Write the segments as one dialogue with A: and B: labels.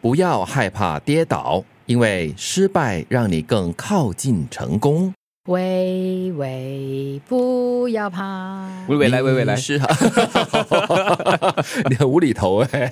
A: 不要害怕跌倒，因为失败让你更靠近成功。
B: 微微不要怕，
C: 微微来，微微来
A: 你，是啊， 你很无厘头哎、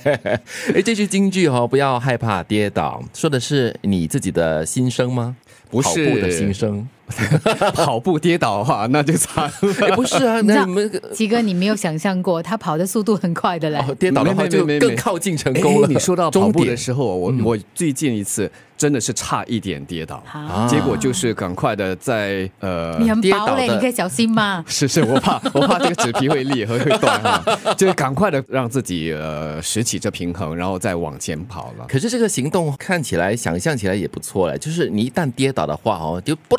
A: 哎，这句京剧哦，不要害怕跌倒，说的是你自己的心声吗？
C: 不
A: 跑步的心
C: 是
A: 声？
C: 跑步跌倒的话，那就惨 了。
A: 哎，不 是啊，
B: 知
A: 那
B: 道
A: 你们
B: 鸡哥，你没有想象过他跑的速度很快的嘞。
A: 哦，跌倒的话
C: 没没
A: 就
C: 没没
A: 更
C: 没
A: 靠近成功了。
C: 你说到跑
A: 终
C: 步的
A: 点，
C: 时候，我我最近一次真的是差一点跌倒，
B: 啊
C: 结果就是赶快的在呃，
B: 你很
A: 跌
B: 薄
A: 倒
B: 嘞，
A: 的
B: 你可以小心嘛。
C: 是是，我怕 我怕这个纸皮会裂和会断 哈，就赶快的让自己呃拾起这平衡，然后再往前跑了。
A: 可是这个行动看起来、想象起来也不错嘞。就是你一旦跌倒的话哦，就不，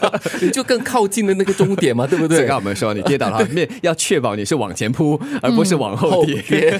A: 你就更靠近了那个终点嘛，对不
C: 这
A: 对
C: 个？我们说，你跌倒 了，面要确保你是往前扑，而不是往后跌。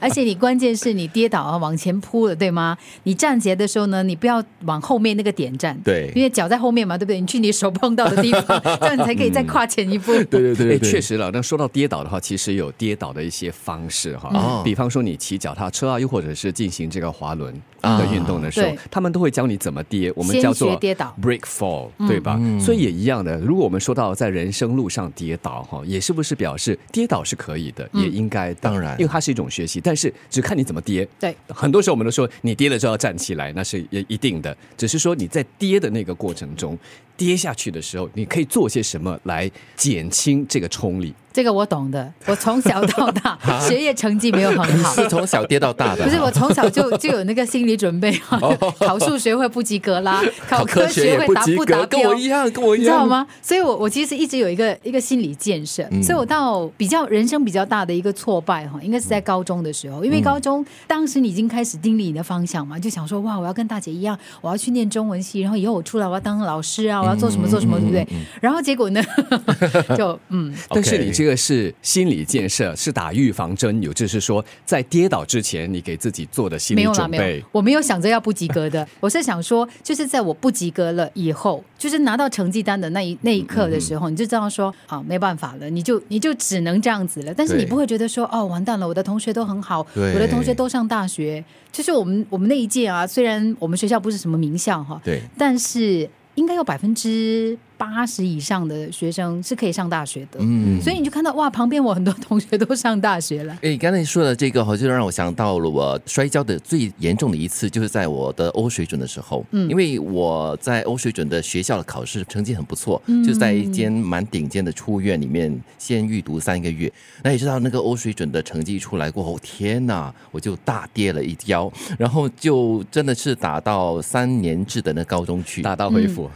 B: 而且你关键是你跌倒啊，往前扑了，对吗？你站起来的时候呢，你不要往后面那个点站，
A: 对
B: 因为脚在后面嘛，对不对？你去你手碰到的地方， 这样你才可以再跨前一步。
A: 嗯对对对对
C: 哎，
A: 对，
C: 确实了。那说到跌倒的话，其实有跌倒的一些方式哈，
B: 哦
A: 嗯
C: 比方说你骑脚踏车啊，又或者是进行这个滑轮
A: 啊
C: 的运动的时候，
B: 对
C: 他们都会教你怎么跌，我们
B: 先
C: 叫
B: 学
C: 做
B: 跌倒
C: break fall，对
A: 嗯
C: 吧？所以也一样的，如果我们说到在人生路上跌倒哈，也是不是表示跌倒是可以的，也应该的
A: 嗯当然
C: 因为它是一种学习，但是只看你怎么跌。
B: 对，
C: 很多时候我们都说你跌了就要站起来，那是也一定的，只是说你在跌的那个过程中，跌下去的时候，你可以做些什么来减轻这个冲力。
B: 这个我懂的，我从小 到大学业成绩没有很好。
A: 啊是从小跌到大的。哦
B: 不是，我从小就 就有那个心理准备啊，考数学会不及格啦， 考
A: 考科
B: 学
A: 学也
B: 会
A: 不
B: 达
A: 及
B: 达
A: 格，跟
B: 标
A: 我一样，跟我一
B: 你知道
A: 样？
B: 吗？所以我我其实一直有一个一个心理建设，
A: 嗯
B: 所以我到比较人生比较大的一个挫败哈，应该是在高中的时候，因
A: 嗯
B: 为高中当时你已经开始定立你的方向嘛，就想说哇，我要跟大姐一样，我要去念中文系，然后以后我出来我要当老师啊，我要做什么做什
A: 嗯
B: 么，对不对？然后结果呢， 就 嗯，
C: 但是
A: OK
C: 你这个是心理建设，是打预防针，有就是说在跌倒之前，你给自己做的心
B: 没
C: 理
B: 有啦，
C: 准
B: 没有
C: 备，。
B: 我没有想着要不及格的，我是想说，就是在我不及格了以后，就是拿到成绩单的那一那一刻的时
A: 嗯
B: 候，你就知道说啊，没办法了，你就你就只能这样子了。但是
A: 对
B: 你不会觉得说哦，完蛋了，我的同学都很好，
A: 对
B: 我的同学都上大学。就是我们我们那一届啊，虽然我们学校不是什么名校哈，
A: 对，
B: 但是应该有百分之八十以上的学生是可以上大学的。
A: 嗯。
B: 所以你就看到哇，旁边我很多同学都上大学了。
A: 哎，你刚才说的这个哈，就让我想到了我摔跤的最严重的一次，就是在我的欧水准的时候。嗯，因为我在欧水准的学校的考试成绩很不错，
B: 嗯
A: 就在一间蛮顶尖的初院里面先预读三个月。那也知道那个欧水准的成绩出来过后，天呐，我就大跌了一跤，然后就真的是打到三年制的那高中去，
C: 打道
B: 嗯
C: 回府。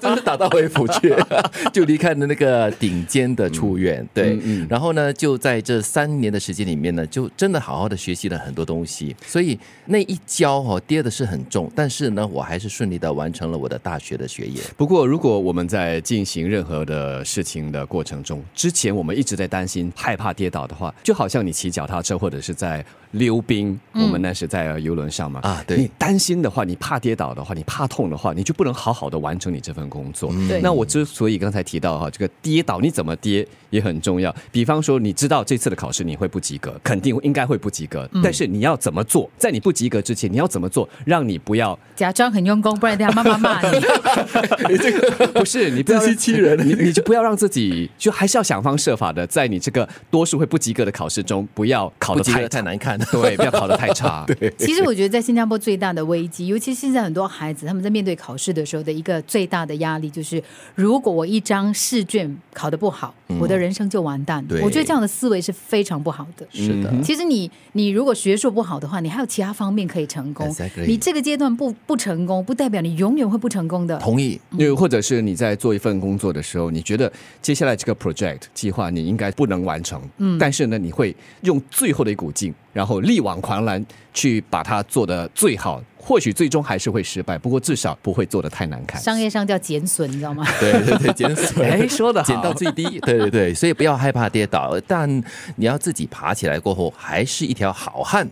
A: 就是打道回府去， 就离开了那个顶尖的出
C: 嗯
A: 院。对，然后呢，就在这三年的时间里面呢，就真的好好的学习了很多东西。所以那一跤哦，跌的是很重，但是呢，我还是顺利的完成了我的大学的学业。
C: 不过，如果我们在进行任何的事情的过程中，之前我们一直在担心、害怕跌倒的话，就好像你骑脚踏车或者是在溜冰，我们那是在游轮上嘛
A: 嗯啊对
C: 你担心的话，你怕跌倒的话，你怕痛的话，你就不能好好的完成你这份工作。
A: 嗯
B: 对
C: 那我之所以刚才提到哈，这个跌倒你怎么跌也很重要。比方说，你知道这次的考试你会不及格，肯定应该会不及
A: 嗯
C: 格，但是你要怎么做？在你不及格之前，你要怎么做，让你不要
B: 假装很用功，不然等下妈妈骂你。
C: 不是你不要
A: 自欺欺人
C: 你你就不要让自己，就还是要想方设法的，在你这个多数会不及格的考试中，不要考
A: 不
C: 得
A: 及
C: 太
A: 格太难看。
C: 对，不要考得太差。 对，
B: 其实我觉得在新加坡最大的危机，尤其现在很多孩子他们在面对考试的时候的一个最大的压力，就是如果我一张试卷考得不好，我的人生就完蛋
A: 嗯
B: 了
A: 对。
B: 我觉得这样的思维是非常不好的。
A: 是的，
B: 其实你你如果学术不好的话，你还有其他方面可以成功。
A: Exactly
B: 你这个阶段不不成功，不代表你永远会不成功的。
A: 同意。
C: 又嗯或者是你在做一份工作的时候，你觉得接下来这个 project 计划你应该不能完成，嗯，但是呢，你会用最后的一股劲，然后力挽狂澜去把它做得最好。或许最终还是会失败，不过至少不会做得太难看。
B: 商业上叫减损，你知道吗？
A: 对对对，减损。
C: 哎，说的好，
A: 减到最低，对对对，所以不要害怕跌倒，但你要自己爬起来过后，还是一条好汉。